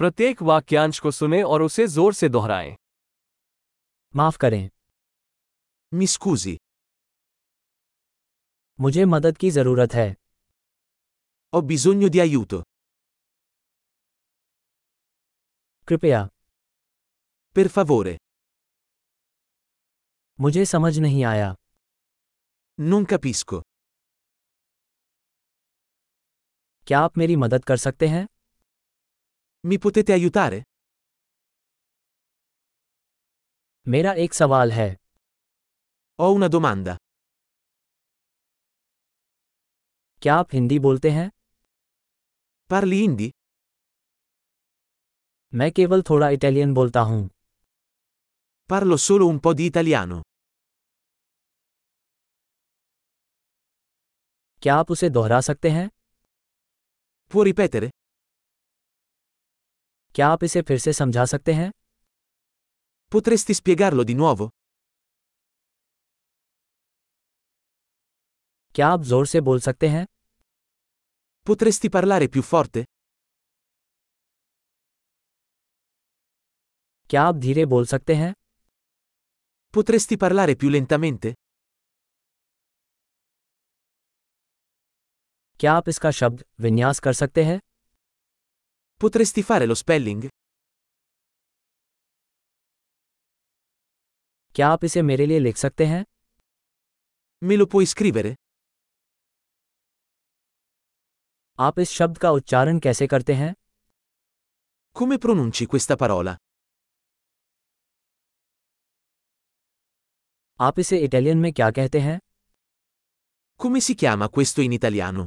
प्रत्येक वाक्यांश को सुने और उसे जोर से दोहराएं माफ करें Mi scusi, मुझे मदद की जरूरत है ho bisogno di aiuto. कृपया Per favore, मुझे समझ नहीं आया non capisco. क्या आप मेरी मदद कर सकते हैं Mi potete aiutare? मेरा एक सवाल है Ho una domanda. क्या आप हिंदी बोलते हैं Parli hindi? मैं केवल थोड़ा इटालियन बोलता हूँ Parlo solo un po' di italiano. क्या आप उसे दोहरा सकते हैं Può ripetere? क्या आप इसे फिर से समझा सकते हैं Potresti spiegarlo di nuovo? क्या आप जोर से बोल सकते हैं Potresti parlare più forte? क्या आप धीरे बोल सकते हैं Potresti parlare più lentamente? क्या आप इसका शब्द विन्यास कर सकते हैं Potresti fare lo spelling? क्या आप इसे मेरे लिए लिख सकते हैं Me lo puoi scrivere? आप इस शब्द का उच्चारण कैसे करते हैं Come pronunci questa parola? आप इसे इटालियन में क्या कहते हैं Come si chiama questo in italiano?